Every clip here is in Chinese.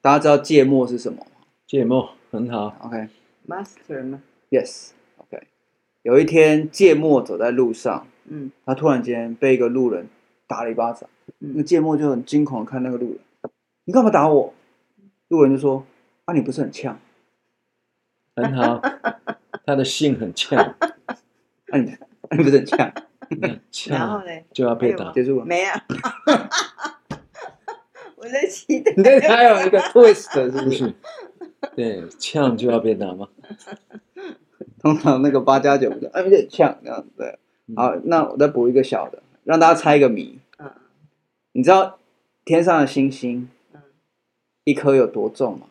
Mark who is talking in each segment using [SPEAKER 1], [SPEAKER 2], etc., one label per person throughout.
[SPEAKER 1] 大家知道芥末是什么吗
[SPEAKER 2] 芥末很好，
[SPEAKER 1] ？OK，
[SPEAKER 3] master 吗？
[SPEAKER 1] Yes, OK。有一天，芥末走在路上，
[SPEAKER 3] 嗯
[SPEAKER 1] 他突然间被一个路人打了一巴掌。那个
[SPEAKER 3] 嗯
[SPEAKER 1] 芥末就很惊恐地看那个路人：“你干嘛打我？”路人就说：“啊，你不是很呛？
[SPEAKER 2] 很 好，他的性很呛，
[SPEAKER 1] 啊你， 啊你不是很 呛
[SPEAKER 2] 很
[SPEAKER 1] 啊
[SPEAKER 3] 然后
[SPEAKER 2] 呛
[SPEAKER 3] 嘞，
[SPEAKER 2] 就要被打？”。
[SPEAKER 1] 结束了。
[SPEAKER 3] 没啊， 我在期待
[SPEAKER 1] 你这还有一个 twist 是
[SPEAKER 2] 不
[SPEAKER 1] 不是？
[SPEAKER 2] 是，对，呛就要被打吗？
[SPEAKER 1] 通常那个八加九的，啊，有点呛这样。对，
[SPEAKER 2] 嗯
[SPEAKER 1] 好，那我再补一个小的，让大家猜一个谜。
[SPEAKER 3] 嗯
[SPEAKER 1] 你知道天上的星星
[SPEAKER 3] 嗯，
[SPEAKER 1] 一颗有多重吗？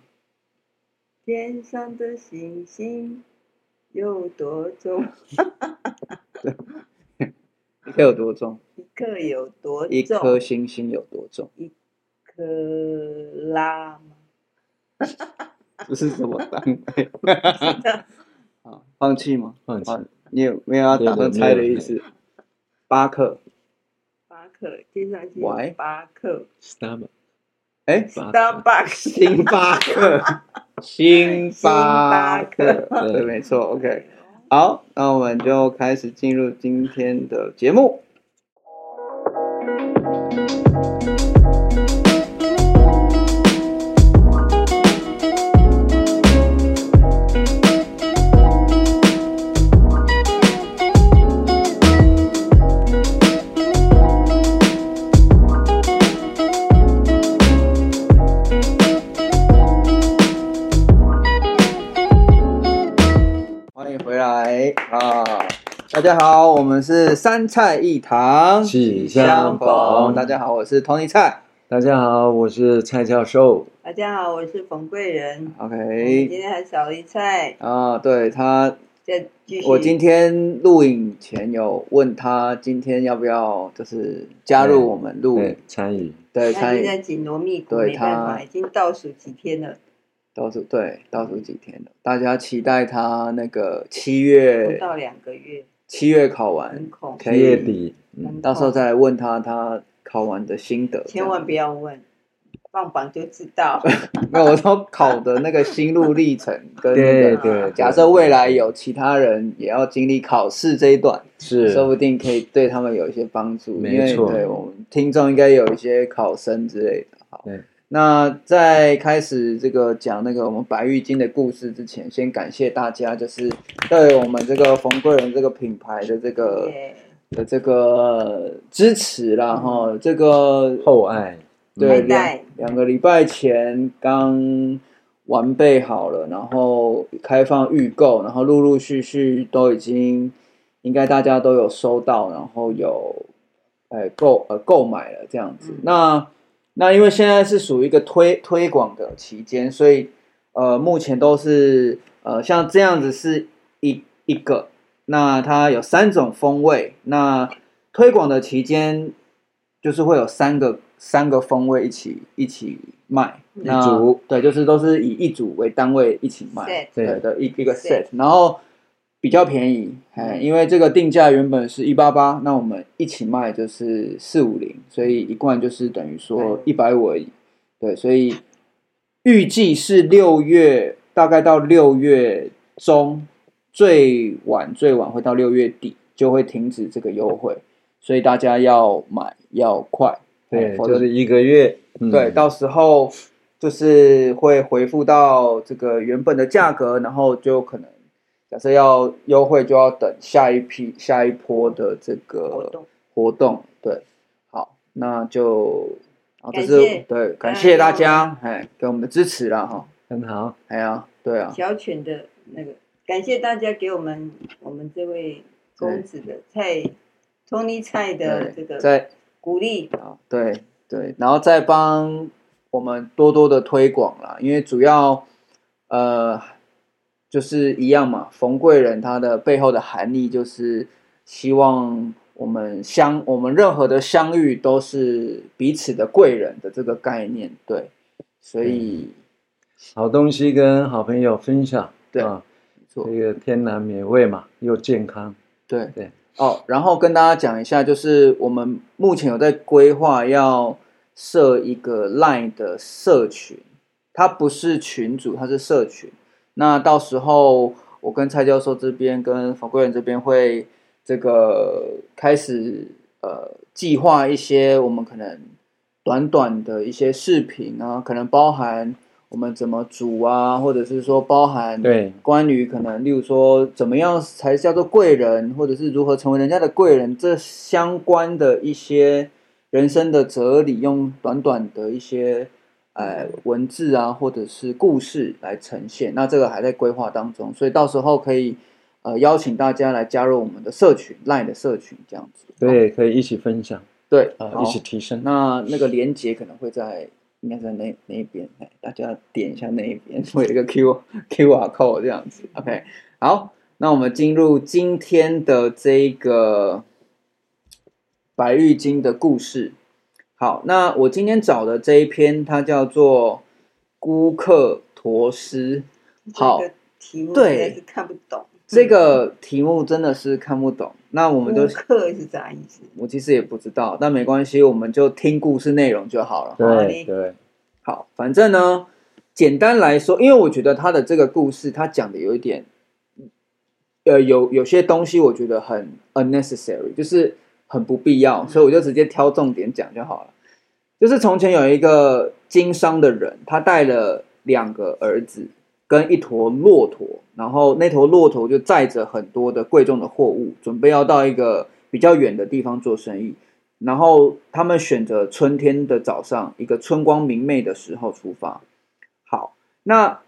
[SPEAKER 3] 天上的星星有多重，
[SPEAKER 1] 一颗有多重？
[SPEAKER 3] 一个有多重，
[SPEAKER 1] 一颗星星有多重？
[SPEAKER 3] 克拉吗？
[SPEAKER 1] 不是什么单位
[SPEAKER 3] 的
[SPEAKER 1] 啊？放弃吗？
[SPEAKER 2] 放弃
[SPEAKER 1] 啊，你也没有要打算猜的意思。巴克，
[SPEAKER 3] 巴克，天上星
[SPEAKER 1] Why？
[SPEAKER 3] 巴克
[SPEAKER 2] ，stomach，
[SPEAKER 1] 哎，
[SPEAKER 2] 巴克
[SPEAKER 3] ，Starbucks，
[SPEAKER 1] 星巴克， 星巴
[SPEAKER 3] 星
[SPEAKER 1] 克，对，
[SPEAKER 2] 对
[SPEAKER 1] 没错，OK。好，那我们就开始进入今天的节目。欢迎回来啊！大家好，我们是三菜一汤
[SPEAKER 2] 喜相逢
[SPEAKER 1] 大家好，我是 Tony 蔡。
[SPEAKER 2] 大家好，我是蔡教授，
[SPEAKER 3] 大家好，我是冯贵人。我们今
[SPEAKER 1] OK，
[SPEAKER 3] 天还少一菜，
[SPEAKER 1] 啊，对他，
[SPEAKER 3] 再继续。
[SPEAKER 1] 我今天录影前有问他今天要不要就是加入我们录影
[SPEAKER 2] 对，，参与，
[SPEAKER 1] 对，
[SPEAKER 3] 他
[SPEAKER 1] 参
[SPEAKER 3] 现
[SPEAKER 1] 与
[SPEAKER 3] 在紧锣密鼓，
[SPEAKER 1] 对
[SPEAKER 3] 没办
[SPEAKER 1] 他
[SPEAKER 3] 法，已经倒数几天了，
[SPEAKER 1] 倒数对倒数几天了，大家期待他那个七月
[SPEAKER 3] 不到两个月，
[SPEAKER 1] 七月考完
[SPEAKER 3] 很，恐
[SPEAKER 1] 可
[SPEAKER 2] 七
[SPEAKER 1] 以
[SPEAKER 2] 月底，嗯
[SPEAKER 3] 很，
[SPEAKER 1] 到时候
[SPEAKER 3] 恐
[SPEAKER 1] 再来问他他考完的心得。
[SPEAKER 3] 千万不要问，放榜就知 道。
[SPEAKER 1] 没有，我说考的那个心路历程跟那
[SPEAKER 2] 对
[SPEAKER 1] 个。
[SPEAKER 2] 对，
[SPEAKER 1] 嗯假设未来有其他人也要经历考试这一段，
[SPEAKER 2] 是
[SPEAKER 1] 说不定可以对他们有一些帮助。
[SPEAKER 2] 没
[SPEAKER 1] 因为
[SPEAKER 2] 错
[SPEAKER 1] 对我们听众应该有一些考生之类的。好
[SPEAKER 2] 对，
[SPEAKER 1] 那在开始这个讲那个我们白玉金的故事之前，先感谢大家，就是对我们这个冯贵人这个品牌的这个
[SPEAKER 3] 耶
[SPEAKER 1] 的这个支持啦，哈，这个
[SPEAKER 2] 厚爱，嗯
[SPEAKER 1] 对，两
[SPEAKER 3] 拜拜
[SPEAKER 1] 两个礼拜前刚完备好了，然后开放预购，然后陆陆续续都已经，应该大家都有收到，然后有，哎购呃购买了这样子。
[SPEAKER 3] 嗯
[SPEAKER 1] 那那因为现在是属于一个推推广的期间，所以呃目前都是呃像这样子是一一个，那它有三种风味，那推广的期间就是会有三个三个风味一起一起卖，
[SPEAKER 3] 嗯
[SPEAKER 1] 那
[SPEAKER 2] 一组
[SPEAKER 1] 对，就是都是以一组为单位一起卖
[SPEAKER 3] Set，
[SPEAKER 1] 对
[SPEAKER 2] 对
[SPEAKER 1] 的一一个
[SPEAKER 3] set 嗯
[SPEAKER 1] set，然后比较便宜，哎，因为这个定价原本是一八八，那我们一起卖就是四五零，所以一罐就是等于说一百五而已，对，所以预计是六月，大概到六月中，最晚最晚会到六月底就会停止这个优惠，所以大家要买要快，
[SPEAKER 2] 对，
[SPEAKER 1] 否则
[SPEAKER 2] 就是一个月，嗯
[SPEAKER 1] 对，到时候就是会回复到这个原本的价格，然后就可能假设要优惠，就要等下一批、下一波的这个
[SPEAKER 3] 活动
[SPEAKER 1] 活动对，好，那就啊，这
[SPEAKER 3] 感
[SPEAKER 1] 是
[SPEAKER 3] 谢
[SPEAKER 1] 对，感谢大家哎给我们的支持啦哈，
[SPEAKER 2] 很好，
[SPEAKER 1] 哎呀，对啊，
[SPEAKER 3] 小犬的那个，感谢大家给我们我们这位公子的蔡托尼蔡的这
[SPEAKER 1] 对，
[SPEAKER 3] 个
[SPEAKER 1] 在
[SPEAKER 3] 鼓励，
[SPEAKER 1] 啊，对对，然后再帮我们多多的推广啦，因为主要呃就是一样嘛，冯贵人他的背后的含义就是希望我们相我们任何的相遇都是彼此的贵人的这个概念，对，所以
[SPEAKER 2] 好东西跟好朋友分享，
[SPEAKER 1] 对
[SPEAKER 2] 啊，
[SPEAKER 1] 没
[SPEAKER 2] 这
[SPEAKER 1] 错
[SPEAKER 2] 个天然美味嘛，又健康，
[SPEAKER 1] 对
[SPEAKER 2] 对
[SPEAKER 1] 哦，然后跟大家讲一下，就是我们目前有在规划要设一个 LINE 的社群，它不是群组，它是社群。那到时候我跟蔡教授这边跟法贵人这边会这个开始呃计划一些我们可能短短的一些视频啊，可能包含我们怎么煮啊，或者是说包含
[SPEAKER 2] 对
[SPEAKER 1] 关于可能，例如说怎么样才叫做贵人，或者是如何成为人家的贵人，这相关的一些人生的哲理，用短短的一些呃文字啊，或者是故事来呈现。那这个还在规划当中，所以到时候可以呃邀请大家来加入我们的社群，Line 的社群这样子。好
[SPEAKER 2] 对，可以一起分享
[SPEAKER 1] 对，
[SPEAKER 2] 啊，
[SPEAKER 1] 好
[SPEAKER 2] 一起提升。
[SPEAKER 1] 那那个连接可能会在，应该在那那一边，哎，大家点一下那一边， 会有一个 Q Q R code 这样子。OK，好，那我们进入今天的这个白玉京的故事。好，那我今天找的这一篇，它叫做《孤客陀思》。好
[SPEAKER 3] 这个题目
[SPEAKER 1] 对
[SPEAKER 3] 实在是看不懂。嗯
[SPEAKER 1] 这个题目真的是看不懂，那我
[SPEAKER 3] 我
[SPEAKER 1] 们都
[SPEAKER 3] 课是啥意思？
[SPEAKER 1] 我其实也不知道，但没关系，我们就听故事内容就好了。
[SPEAKER 3] 好
[SPEAKER 2] 对
[SPEAKER 3] 嘞
[SPEAKER 2] 对，
[SPEAKER 1] 好，反正呢，简单来说，因为我觉得他的这个故事，他讲的有一点，呃，有有些东西我觉得很 unnecessary，就是很不必要，所以我就直接挑重点讲就好了。就是从前有一个经商的人，他带了两个儿子跟一坨骆驼，然后那坨骆驼就载着很多的贵重的货物，准备要到一个比较远的地方做生意。然后他们选择春天的早上，一个春光明媚的时候出发。好，那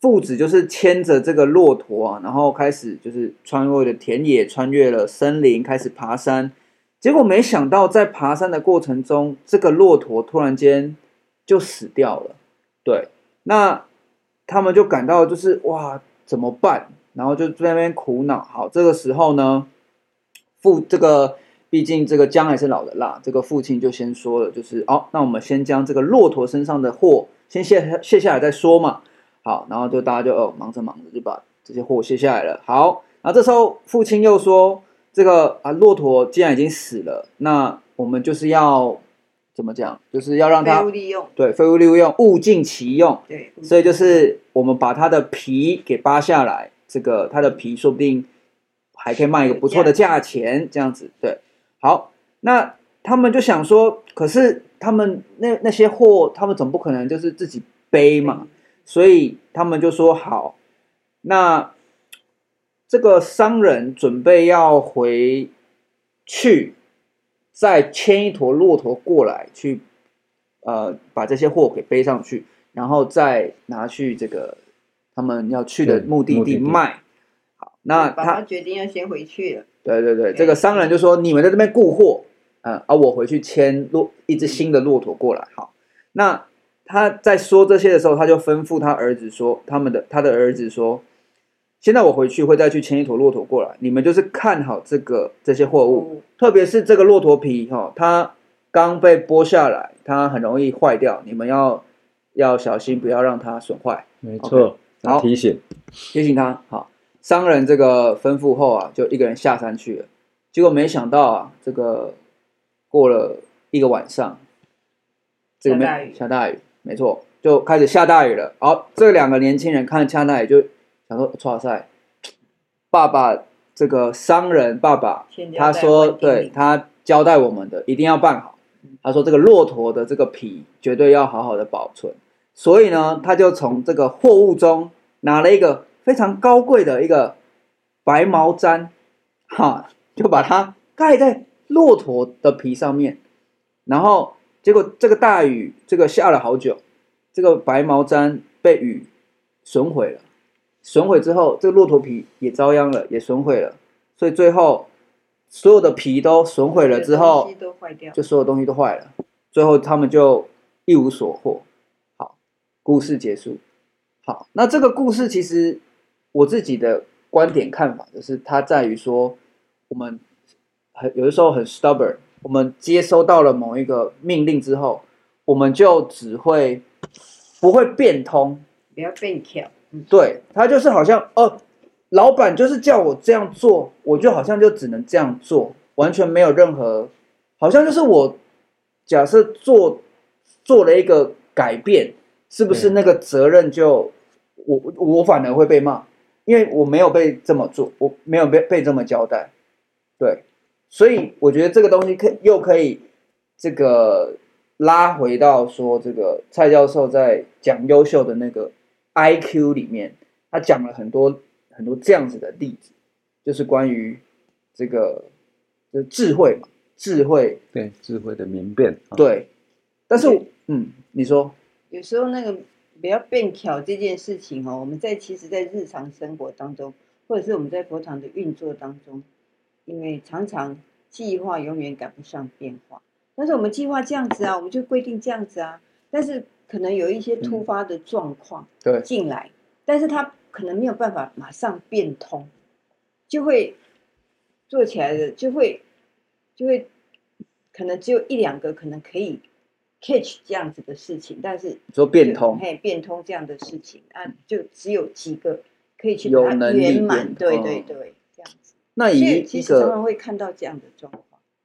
[SPEAKER 1] 父子就是牵着这个骆驼啊，然后开始就是穿越了田野，穿越了森林，开始爬山。结果没想到，在爬山的过程中，这个骆驼突然间就死掉了。对，那他们就感到就是哇，怎么办？然后就在那边苦恼。好，这个时候呢，父这个毕竟这个姜还是老的辣，这个父亲就先说了，就是哦，那我们先将这个骆驼身上的货先卸卸下来再说嘛。好，然后就大家就哦忙着忙着就把这些货卸下来了。好，然后这时候父亲又说，这个啊骆驼既然已经死了，那我们就是要怎么讲？就是要让它
[SPEAKER 3] 废物利用，
[SPEAKER 1] 对，废物利用，物尽其用。
[SPEAKER 3] 对，
[SPEAKER 1] 所以就是我们把它的皮给扒下来，这个它的皮说不定还可以卖一个不错的价钱，这样子。对，好，那他们就想说，可是他们那那些货，他们总不可能就是自己背嘛，所以他们就说好，那这个商人准备要回去，再牵一坨骆驼过来，去呃把这些货给背上去，然后再拿去这个他们要去的
[SPEAKER 2] 对
[SPEAKER 1] 目的
[SPEAKER 2] 目的
[SPEAKER 1] 地
[SPEAKER 2] 地
[SPEAKER 1] 卖。好，那
[SPEAKER 3] 爸爸
[SPEAKER 1] 他
[SPEAKER 3] 决定要先回去了，
[SPEAKER 1] 对对对，这个商人就说你们在这边雇货，嗯，啊，我回去牵骆一只新的骆驼过来。好，那他在说这些的时候，他就吩咐他儿子说，他们的他的儿子说，现在我回去会再去牵一坨骆驼过来，你们就是看好这个这些货物，
[SPEAKER 3] 哦
[SPEAKER 1] 特别是这个骆驼皮哈、哦，它刚被剥下来，它很容易坏掉，你们要要小心，不要让它损坏。
[SPEAKER 2] 没错。
[SPEAKER 1] 好
[SPEAKER 2] 提醒，
[SPEAKER 1] 提醒他。好，商人这个吩咐后啊，就一个人下山去了。结果没想到啊，这个过了一个晚上，这个没
[SPEAKER 3] 下大雨
[SPEAKER 1] 下大雨，没错，就开始下大雨了。好，这两个年轻人看下大雨就想说，哇塞，爸爸这个商人爸爸
[SPEAKER 3] 先
[SPEAKER 1] 他
[SPEAKER 3] 交代
[SPEAKER 1] 说，
[SPEAKER 3] 完毕嗯
[SPEAKER 1] 对他交代我们的一定要办好。他说这个骆驼的这个皮绝对要好好的保存，所以呢，他就从这个货物中拿了一个非常高贵的一个白毛毡，哈，就把它盖在骆驼的皮上面。然后结果这个大雨，这个下了好久，这个白毛毡被雨损毁了。损毁之后，这个骆驼皮也遭殃了，也损毁了。所以最后，所有的皮都损毁了之后
[SPEAKER 3] 东西，都坏掉，
[SPEAKER 1] 就所有东西都坏了，最后他们就一无所获。好，故事结束。好，那这个故事其实我自己的观点看法就是，它在于说，我们很有的时候很 stubborn，我们接收到了某一个命令之后，我们就只会不会变通，
[SPEAKER 3] 不要被挑，嗯，
[SPEAKER 1] 对他就是好像哦，老板就是叫我这样做，我就好像就只能这样做，完全没有任何，好像就是我假设做做了一个改变，是不是那个责任就我我反而会被骂，因为我没有被这么做，我没有被被这么交代，对，所以我觉得这个东西可又可以这个拉回到说这个蔡教授在讲优秀的那个 I Q 里面，他讲了很多很多这样子的例子，就是关于这个就是智慧嘛，智慧
[SPEAKER 2] 对智慧的明辨，啊，
[SPEAKER 1] 对，但是我
[SPEAKER 3] 对
[SPEAKER 1] 嗯，你说
[SPEAKER 3] 有时候那个不要变巧这件事情哦，我们在其实，在日常生活当中，或者是我们在佛堂的运作当中，因为常常计划永远赶不上变化，但是我们计划这样子啊，我们就规定这样子啊，但是可能有一些突发的状况
[SPEAKER 1] 对
[SPEAKER 3] 进来，但是它可能没有办法马上变通，就会做起来的就会就会可能只有一两个可能可以 catch 这样子的事情，但是
[SPEAKER 1] 你说变通，
[SPEAKER 3] 嘿，变通这样的事情啊，就只有几个可以去
[SPEAKER 1] 有
[SPEAKER 3] 把它
[SPEAKER 1] 能力
[SPEAKER 3] 圆
[SPEAKER 1] 变
[SPEAKER 3] 满，对
[SPEAKER 1] 通
[SPEAKER 3] 对对，这样子。
[SPEAKER 1] 那
[SPEAKER 3] 所
[SPEAKER 1] 以
[SPEAKER 3] 以
[SPEAKER 1] 一
[SPEAKER 3] 其实常
[SPEAKER 1] 个
[SPEAKER 3] 常会看到这样的状况。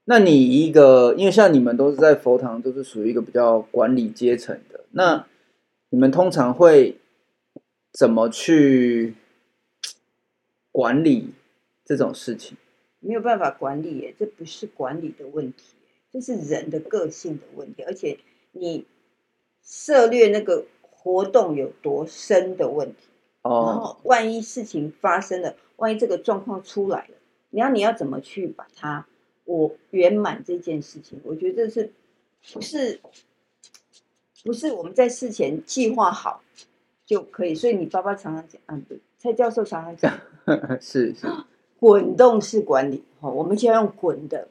[SPEAKER 1] 那你一个，因为像你们都是在佛堂，都是属于一个比较管理阶层的，那你们通常会怎么去管理这种事情？
[SPEAKER 3] 没有办法管理耶，这不是管理的问题，这是人的个性的问题，而且你涉略那个活动有多深的问题。然
[SPEAKER 1] 哦，
[SPEAKER 3] 后万一事情发生了，万一这个状况出来了，你要你要怎么去把它我圆满这件事情？我觉得这是不是不是我们在事前计划好就可以？所以你爸爸常常讲，嗯，对，蔡教授常 常讲哦
[SPEAKER 1] 是是，
[SPEAKER 3] 滚动式管理，哈、我们就要用滚的，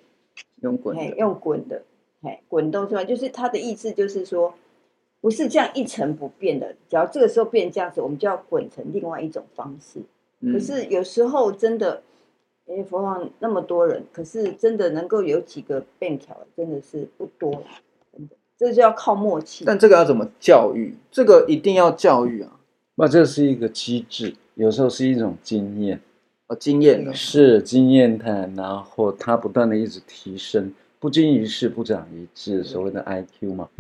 [SPEAKER 1] 用滚
[SPEAKER 3] 哎，
[SPEAKER 1] 的，
[SPEAKER 3] 用滚的，哎，滚动出来，就是他的意思就是说，不是这样一成不变的，只要这个时候变这样子，我们就要滚成另外一种方式。可
[SPEAKER 1] 嗯，
[SPEAKER 3] 是有时候真的，因为佛堂那么多人，可是真的能够有几个便条，真的是不多啦，真的，这就要靠默契。
[SPEAKER 1] 但这个要怎么教育？这个一定要教育啊，
[SPEAKER 2] 那这是一个机制，有时候是一种经验，
[SPEAKER 1] 哦，经验的，
[SPEAKER 2] 是经验谈，然后它不断的一直提升，不经一事不长一智，所谓的 IQ 嘛，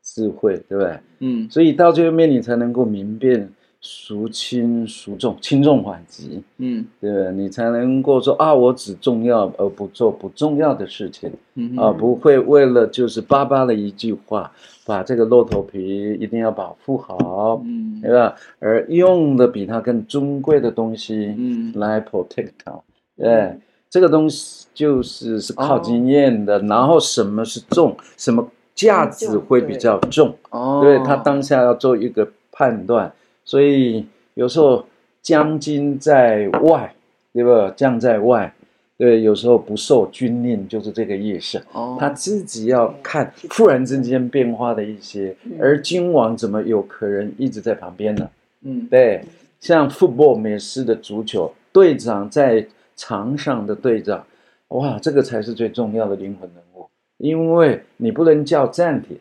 [SPEAKER 2] 智慧，对不对？
[SPEAKER 1] 嗯，
[SPEAKER 2] 所以到最后面你才能够明辨孰轻孰重，轻重缓急，
[SPEAKER 1] 嗯
[SPEAKER 2] 对不对？你才能够说啊，我只重要而不做不重要的事情。
[SPEAKER 1] 嗯
[SPEAKER 2] 啊，
[SPEAKER 1] 嗯
[SPEAKER 2] 不会为了就是巴巴的一句话，把这个骆驼皮一定要保护好，
[SPEAKER 1] 嗯
[SPEAKER 2] 对吧？而用的比它更尊贵的东西
[SPEAKER 1] 嗯
[SPEAKER 2] 来 protect 它，对，这个东西就是是靠
[SPEAKER 1] 哦
[SPEAKER 2] 经验的，然后什么是重，什么价值会比较重，
[SPEAKER 1] 哦，
[SPEAKER 2] 对他当下要做一个判断，所以有时候将军在外，对吧？将在外，对，有时候不受军令就是这个意思。
[SPEAKER 1] 哦
[SPEAKER 2] 他自己要看突然之间变化的一些
[SPEAKER 3] 嗯，
[SPEAKER 2] 而君王怎么有可能一直在旁边呢？
[SPEAKER 1] 嗯
[SPEAKER 2] 对，像 football 美式的足球，队长在场上的队长，哇，这个才是最重要的灵魂人物，因为你不能叫暂停，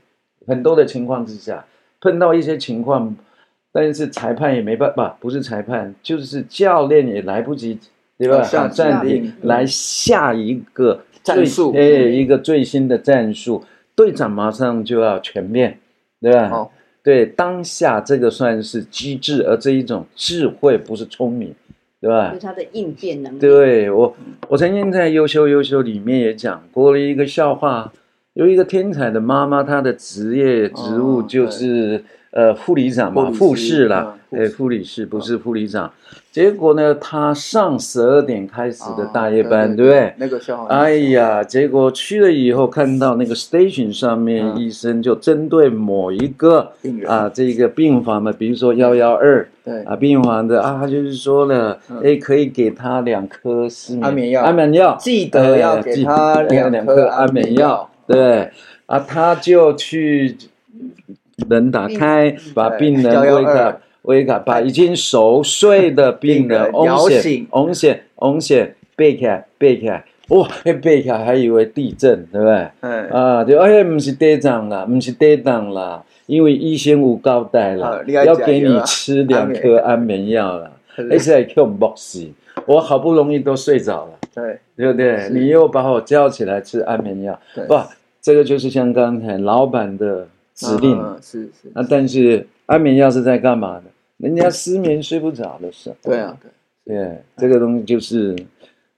[SPEAKER 2] 很多的情况之下碰到一些情况，但是裁判也没办法，不是裁判就是教练也来不及。对吧？
[SPEAKER 1] 哦下
[SPEAKER 2] 喊暂
[SPEAKER 1] 指
[SPEAKER 2] 停
[SPEAKER 1] 令
[SPEAKER 2] 来下一个
[SPEAKER 1] 战
[SPEAKER 2] 最
[SPEAKER 1] 术
[SPEAKER 2] 哎，一个最新的战术，队长马上就要全面，对吧？
[SPEAKER 1] 哦
[SPEAKER 2] 对当下这个算是机智，而这一种智慧不是聪明，对吧
[SPEAKER 3] 就是？他的应变能力。
[SPEAKER 2] 对我，我曾经在《优秀优秀》里面也讲过了一个笑话，有一个天才的妈妈，她的职业职务
[SPEAKER 1] 哦
[SPEAKER 2] 就是、呃护理长嘛，
[SPEAKER 1] 护
[SPEAKER 2] 护
[SPEAKER 1] 理师
[SPEAKER 2] 士啦，
[SPEAKER 1] 嗯
[SPEAKER 2] 哎、
[SPEAKER 1] 护士
[SPEAKER 2] 护理师不是护理长。结果呢，她上十二点开始的大夜班，
[SPEAKER 1] 哦
[SPEAKER 2] 对不对？
[SPEAKER 1] 那个笑话，
[SPEAKER 2] 哎，呀，结果去了以后，看到那个 station 上面，
[SPEAKER 1] 嗯
[SPEAKER 2] 医生就针对某一个
[SPEAKER 1] 病人
[SPEAKER 2] 啊，这个病房嘛，比如说幺幺二
[SPEAKER 1] 对，
[SPEAKER 2] 啊，病房的啊，他就是说了
[SPEAKER 1] 嗯，
[SPEAKER 2] 哎，可以给他两颗失眠
[SPEAKER 1] 安眠药
[SPEAKER 2] 安眠药，
[SPEAKER 1] 记得要
[SPEAKER 2] 呃
[SPEAKER 1] 给
[SPEAKER 2] 记
[SPEAKER 1] 他
[SPEAKER 2] 呃
[SPEAKER 1] 两
[SPEAKER 2] 两
[SPEAKER 1] 颗
[SPEAKER 2] 颗
[SPEAKER 1] 安
[SPEAKER 2] 安
[SPEAKER 1] 眠
[SPEAKER 2] 眠
[SPEAKER 1] 药
[SPEAKER 2] 药，对啊，他就去门打开，把病人
[SPEAKER 1] 对
[SPEAKER 2] 威
[SPEAKER 1] 112
[SPEAKER 2] 卡威卡，把已经熟睡的病人
[SPEAKER 1] 病人摇
[SPEAKER 2] 翁
[SPEAKER 1] 醒
[SPEAKER 2] 醒翁醒翁醒背起来背起来，哇，那背起来还以为地震，对不对？
[SPEAKER 1] 嗯，
[SPEAKER 2] 啊，对，哎，不是地震啦，不是地震啦，因为医生有交代
[SPEAKER 1] 啊
[SPEAKER 2] 啦，
[SPEAKER 1] 你要
[SPEAKER 2] 要
[SPEAKER 1] 加
[SPEAKER 2] 给
[SPEAKER 1] 油
[SPEAKER 2] 你
[SPEAKER 1] 啊
[SPEAKER 2] 吃两颗安眠药啦，而且还 Q 博士，我好不容易都睡着了，
[SPEAKER 1] 对，
[SPEAKER 2] 对不对
[SPEAKER 1] 是？
[SPEAKER 2] 你又把我叫起来吃安眠药
[SPEAKER 1] 对，
[SPEAKER 2] 哇，这个就是像刚才老板的指令。
[SPEAKER 1] 嗯是是，
[SPEAKER 2] 啊，但是安眠药是在干嘛呢？人家失眠睡不着的时候。
[SPEAKER 1] 对啊，，对，
[SPEAKER 2] 对，这个东西就是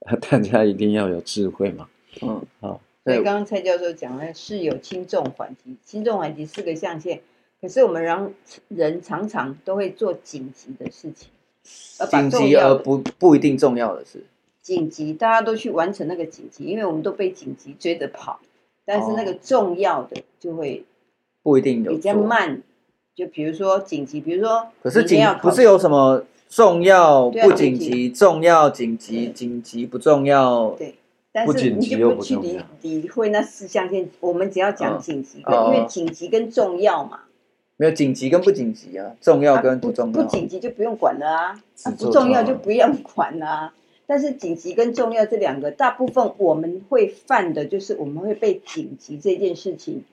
[SPEAKER 2] 啊大家一定要有智慧嘛。
[SPEAKER 1] 嗯，
[SPEAKER 2] 好，
[SPEAKER 3] 所以
[SPEAKER 1] 对，
[SPEAKER 3] 刚刚蔡教授讲了，是有轻重缓急，轻重缓急四个象限。可是我们让人常常都会做紧急的事情，而把
[SPEAKER 1] 紧
[SPEAKER 3] 重
[SPEAKER 1] 急
[SPEAKER 3] 要
[SPEAKER 1] 而
[SPEAKER 3] 的
[SPEAKER 1] 不不一定重要的事，
[SPEAKER 3] 紧急，大家都去完成那个紧急，因为我们都被紧急追着跑。但是那个重要的就会
[SPEAKER 1] 不一定哦有
[SPEAKER 3] 比较
[SPEAKER 1] 做。
[SPEAKER 3] 慢，就比如说紧急，比如说
[SPEAKER 1] 可是
[SPEAKER 3] 明天
[SPEAKER 1] 紧
[SPEAKER 3] 要考
[SPEAKER 1] 不是有什么重要
[SPEAKER 3] 对啊
[SPEAKER 1] 不紧急，重要紧急，
[SPEAKER 3] 对
[SPEAKER 1] 紧急不重要。
[SPEAKER 3] 对，但
[SPEAKER 2] 不
[SPEAKER 3] 是
[SPEAKER 2] 紧
[SPEAKER 3] 你
[SPEAKER 2] 急
[SPEAKER 3] 就
[SPEAKER 2] 又
[SPEAKER 3] 不
[SPEAKER 2] 不
[SPEAKER 3] 去
[SPEAKER 2] 重
[SPEAKER 3] 理
[SPEAKER 2] 要
[SPEAKER 3] 理会那四象限，我们只要
[SPEAKER 1] 嗯
[SPEAKER 3] 讲紧急跟，
[SPEAKER 1] 哦
[SPEAKER 3] 因为紧急跟重要嘛，
[SPEAKER 1] 没有紧急跟不紧急啊，重要
[SPEAKER 3] 啊
[SPEAKER 1] 跟
[SPEAKER 3] 不
[SPEAKER 1] 不重
[SPEAKER 3] 不
[SPEAKER 1] 要。
[SPEAKER 3] 紧急就不用管了啊，
[SPEAKER 2] 只
[SPEAKER 3] 啊不
[SPEAKER 2] 做
[SPEAKER 3] 重要
[SPEAKER 2] 重要
[SPEAKER 3] 就不用 管啦、但是紧急跟重要这两个，大部分我们会犯的就是我们会被紧急这件事情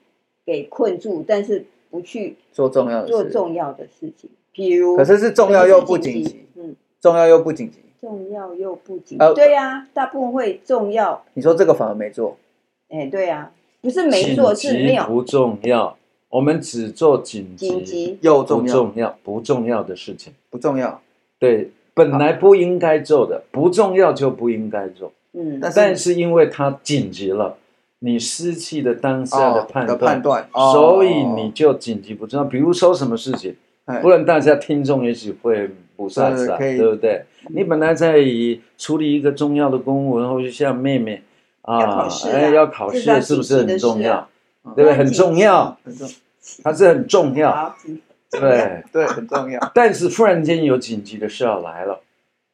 [SPEAKER 3] 给困住，但是不去
[SPEAKER 1] 做重要的
[SPEAKER 3] 做
[SPEAKER 1] 事
[SPEAKER 3] 重要的事情，比如
[SPEAKER 1] 可是是重要又不紧
[SPEAKER 3] 紧
[SPEAKER 1] 急，
[SPEAKER 3] 嗯，
[SPEAKER 1] 重要又不紧急。
[SPEAKER 3] 重要又不紧急，
[SPEAKER 1] 呃
[SPEAKER 3] 对呀、大部分会重要，
[SPEAKER 1] 你说这个反而没做，
[SPEAKER 3] 哎，对呀、不是没做，
[SPEAKER 2] 紧
[SPEAKER 3] 是没
[SPEAKER 2] 急
[SPEAKER 3] 有
[SPEAKER 2] 不重要，我们只做紧急
[SPEAKER 3] 紧急。
[SPEAKER 1] 又
[SPEAKER 2] 不
[SPEAKER 1] 重要
[SPEAKER 2] 重要不重要的事情。
[SPEAKER 1] 不重要，
[SPEAKER 2] 对，本来不应该做的，不重要就不应该做。
[SPEAKER 3] 嗯，
[SPEAKER 1] 但是
[SPEAKER 2] 但是因为它紧急了，你失去了当下的
[SPEAKER 1] 哦
[SPEAKER 2] 判
[SPEAKER 1] 的
[SPEAKER 2] 断，
[SPEAKER 1] 判断，哦
[SPEAKER 2] 所以你就紧急不重要。比如说什么事情，
[SPEAKER 1] 哎
[SPEAKER 2] 不然大家听众也许会不傻
[SPEAKER 1] 对
[SPEAKER 2] 傻，
[SPEAKER 1] 可以
[SPEAKER 2] 对不对？你本来在以处理一个重要的公文，或者像妹妹
[SPEAKER 3] 要考
[SPEAKER 2] 啊
[SPEAKER 3] 试，啊
[SPEAKER 2] 哎，要考试
[SPEAKER 3] 这
[SPEAKER 2] 了，
[SPEAKER 3] 是
[SPEAKER 2] 是
[SPEAKER 3] 要
[SPEAKER 2] 不是
[SPEAKER 3] 紧
[SPEAKER 2] 很
[SPEAKER 3] 急的
[SPEAKER 2] 重
[SPEAKER 3] 事
[SPEAKER 2] 要
[SPEAKER 3] 啊？
[SPEAKER 2] 对不对？
[SPEAKER 3] 很
[SPEAKER 2] 很
[SPEAKER 3] 紧急
[SPEAKER 2] 重要，
[SPEAKER 1] 很重
[SPEAKER 2] 它是很重要，
[SPEAKER 3] 好，紧
[SPEAKER 2] 对不对。
[SPEAKER 1] 对很重要，
[SPEAKER 2] 但是忽然间有紧急的事要来了，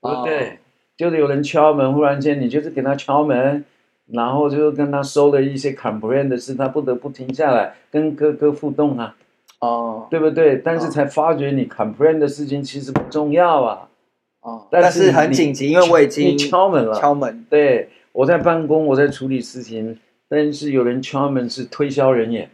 [SPEAKER 2] 对不对？
[SPEAKER 1] 哦
[SPEAKER 2] 就是有人敲门，忽然间你就是给他敲门，然后就跟他收了一些 complain 的事，他不得不停下来跟哥哥互动啊，
[SPEAKER 1] 哦
[SPEAKER 2] 对不对？但是
[SPEAKER 1] 哦
[SPEAKER 2] 才发觉你 complain 的事情其实不重要啊，
[SPEAKER 1] 哦，
[SPEAKER 2] 但
[SPEAKER 1] 但
[SPEAKER 2] 是
[SPEAKER 1] 是很
[SPEAKER 2] 你
[SPEAKER 1] 紧急，因为我已经
[SPEAKER 2] 你敲门了，
[SPEAKER 1] 敲门，
[SPEAKER 2] 对我在办公，我在处理事情，但是有人敲门是推销人也，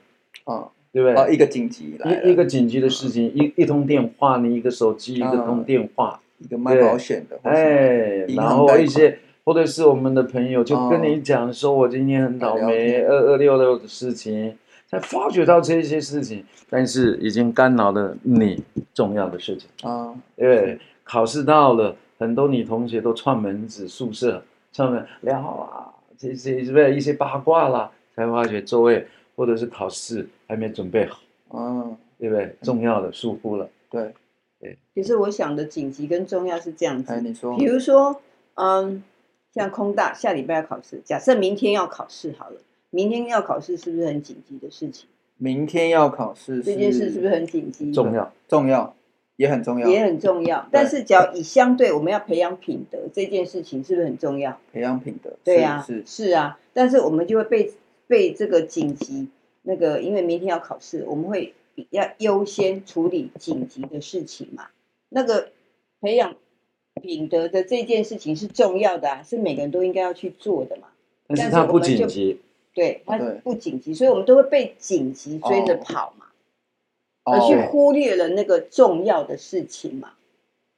[SPEAKER 1] 哦
[SPEAKER 2] 对不对？
[SPEAKER 1] 哦，一嗯个紧急来了
[SPEAKER 2] 一一个紧急的事情，一一通电话，你一个手机，一个
[SPEAKER 1] 嗯
[SPEAKER 2] 通电话，
[SPEAKER 1] 一个卖
[SPEAKER 2] 对
[SPEAKER 1] 保险的，或什么
[SPEAKER 2] 哎，
[SPEAKER 1] 银
[SPEAKER 2] 然
[SPEAKER 1] 行
[SPEAKER 2] 后
[SPEAKER 1] 贷哦
[SPEAKER 2] 一些或者是我们的朋友就跟你讲说，我今天很倒
[SPEAKER 1] 聊
[SPEAKER 2] 霉，
[SPEAKER 1] 天
[SPEAKER 2] 二二六六的事情，才发觉到这些事情，但是已经干扰了你重要的事情。
[SPEAKER 1] 啊，
[SPEAKER 2] 对，考试到了，很多女同学都串门子宿舍，串门聊啊，这些是不是一些八卦啦，才发觉座位或者是考试还没准备好，
[SPEAKER 1] 嗯，
[SPEAKER 2] 对不对？重要的疏忽了，
[SPEAKER 1] 对，
[SPEAKER 3] 其实我想的紧急跟重要是这样
[SPEAKER 1] 哎，
[SPEAKER 3] 子，
[SPEAKER 1] 你说
[SPEAKER 3] 比，如说，嗯，像空大下礼拜要考试，假设明天要考试好了，明天要考试是不是很紧急的事情？
[SPEAKER 1] 明天要考试，
[SPEAKER 3] 这件事是不是很紧急？
[SPEAKER 2] 重要。
[SPEAKER 1] 嗯重要，也很重要，
[SPEAKER 3] 也很重要，但是只要以相对我们要培养品德这件事情，是不是很重要？
[SPEAKER 1] 培养品德，
[SPEAKER 3] 对
[SPEAKER 1] 是
[SPEAKER 3] 呀、
[SPEAKER 1] 是，
[SPEAKER 3] 是啊，但是我们就会被被这个紧急那个，因为明天要考试，我们会比要优先处理紧急的事情嘛。那个培养品德的这件事情是重要的啊，是每个人都应该要去做的嘛。
[SPEAKER 2] 但
[SPEAKER 3] 但
[SPEAKER 2] 是
[SPEAKER 3] 是
[SPEAKER 2] 它
[SPEAKER 3] 我
[SPEAKER 2] 不
[SPEAKER 3] 们就
[SPEAKER 2] 紧急，
[SPEAKER 3] 对，它
[SPEAKER 1] 对
[SPEAKER 3] 不紧急，所以我们都会被紧急追着
[SPEAKER 1] 哦
[SPEAKER 3] 跑嘛，而去
[SPEAKER 1] 哦，
[SPEAKER 3] 忽略了那个重要的事情嘛，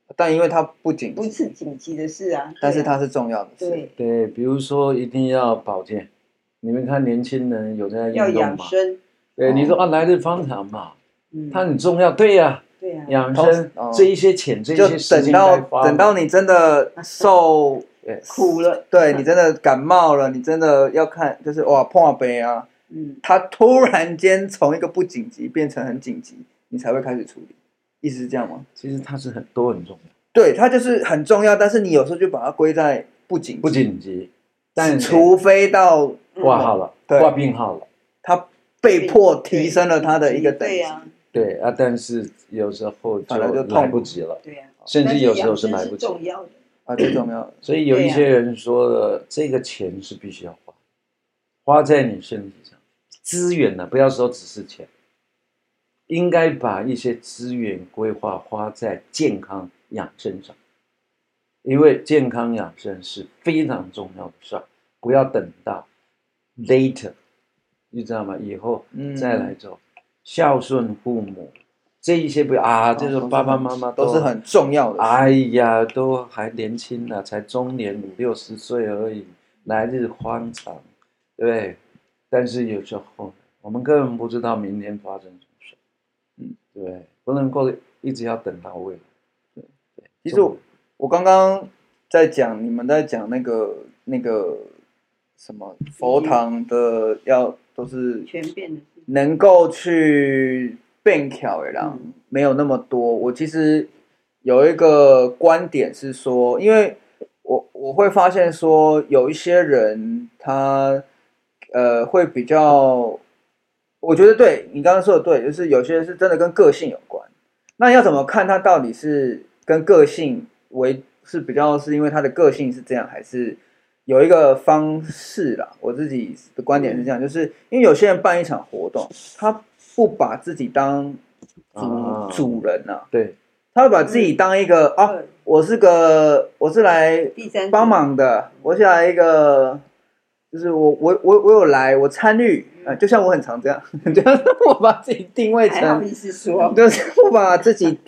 [SPEAKER 1] 哦但因为它不紧
[SPEAKER 3] 不是
[SPEAKER 1] 急，
[SPEAKER 3] 紧急的事啊。
[SPEAKER 1] 但是
[SPEAKER 3] 对啊
[SPEAKER 1] 它是重要的事，
[SPEAKER 3] 对
[SPEAKER 2] 对，比如说一定要保健，你们看年轻人有在
[SPEAKER 3] 要
[SPEAKER 2] 运动
[SPEAKER 3] 养
[SPEAKER 2] 吗？
[SPEAKER 3] 生，
[SPEAKER 2] 对，
[SPEAKER 1] 哦
[SPEAKER 2] 你说啊，来日方长嘛，
[SPEAKER 3] 嗯，
[SPEAKER 2] 它很重要。对呀、
[SPEAKER 3] 对啊，
[SPEAKER 2] 养
[SPEAKER 1] 同
[SPEAKER 2] 生
[SPEAKER 1] 哦
[SPEAKER 2] 这一些钱，这一
[SPEAKER 1] 就
[SPEAKER 2] 些时
[SPEAKER 1] 等
[SPEAKER 2] 间
[SPEAKER 1] 到
[SPEAKER 2] 该花
[SPEAKER 1] 等到
[SPEAKER 2] 嘛
[SPEAKER 1] 你真的受
[SPEAKER 2] 对
[SPEAKER 1] 苦了，对你真的感冒了，你真的要看，就是哇破杯啊，
[SPEAKER 3] 嗯，
[SPEAKER 1] 它突然间从一个不紧急变成很紧急，你才会开始处理，意思是这样吗？
[SPEAKER 2] 其实它是很多很重要，
[SPEAKER 1] 对，它就是很重要，但是你有时候就把它归在不紧急
[SPEAKER 2] 不，紧急，但是
[SPEAKER 1] 除非到
[SPEAKER 2] 嗯
[SPEAKER 3] 嗯
[SPEAKER 2] 挂号了，
[SPEAKER 1] 对
[SPEAKER 2] 挂病号了，
[SPEAKER 1] 它被迫提升了它的一个等
[SPEAKER 3] 对
[SPEAKER 1] 级，
[SPEAKER 3] 呀，
[SPEAKER 2] 对啊，但是有时候就
[SPEAKER 1] 反而就痛苦
[SPEAKER 2] 来不及了，
[SPEAKER 3] 对呀，
[SPEAKER 2] 甚至有时候
[SPEAKER 3] 是
[SPEAKER 2] 是来不及。
[SPEAKER 3] 重要的，
[SPEAKER 1] 啊，最重要的
[SPEAKER 2] 所以有
[SPEAKER 3] 对
[SPEAKER 2] 一
[SPEAKER 3] 呀
[SPEAKER 2] 些人说了，这个钱是必须要花，花在你身体上，资源呢、不要说只是钱，应该把一些资源规划花在健康养生上，因为健康养生是非常重要的事儿，不要等到 later，你知道吗？以后
[SPEAKER 1] 嗯
[SPEAKER 2] 再来做，孝顺父母这一些不要啊，这个
[SPEAKER 1] 都是
[SPEAKER 2] 爸爸
[SPEAKER 1] 很
[SPEAKER 2] 妈妈
[SPEAKER 1] 都是很重要的事，
[SPEAKER 2] 哎呀，都还年轻呢、才中年五六十岁而已，来日方长，对不对。但是有时候我们根本不知道明天发生什么，嗯对，不能够一直要等到位。
[SPEAKER 1] 其实我我刚刚在讲，你们在讲那个那个什么佛堂的要都是
[SPEAKER 3] 全变的事。
[SPEAKER 1] 能够去变巧的啦，
[SPEAKER 3] 嗯
[SPEAKER 1] 没有那么多。我其实有一个观点是说，因为我我会发现说，有一些人他呃会比较，我觉得对你刚刚说的对，就是有些人是真的跟个性有关。那要怎么看他到底是跟个性为是比较是因为他的个性是这样，还是有一个方式啦？我自己的观点是这样，就是因为有些人办一场活动，他不把自己当主、
[SPEAKER 2] 啊
[SPEAKER 1] 主人呐、啊，
[SPEAKER 2] 对，
[SPEAKER 1] 他会把自己当一个、啊，
[SPEAKER 3] 对
[SPEAKER 1] 我是个我是来
[SPEAKER 3] 第三
[SPEAKER 1] 帮忙的，我是来一个。就是我我我我有来，我参与，
[SPEAKER 3] 嗯
[SPEAKER 1] 呃，就像我很常这样， 就是我把自己定位
[SPEAKER 3] 者，
[SPEAKER 1] 成
[SPEAKER 3] 还好意思说，
[SPEAKER 1] 就是我把自己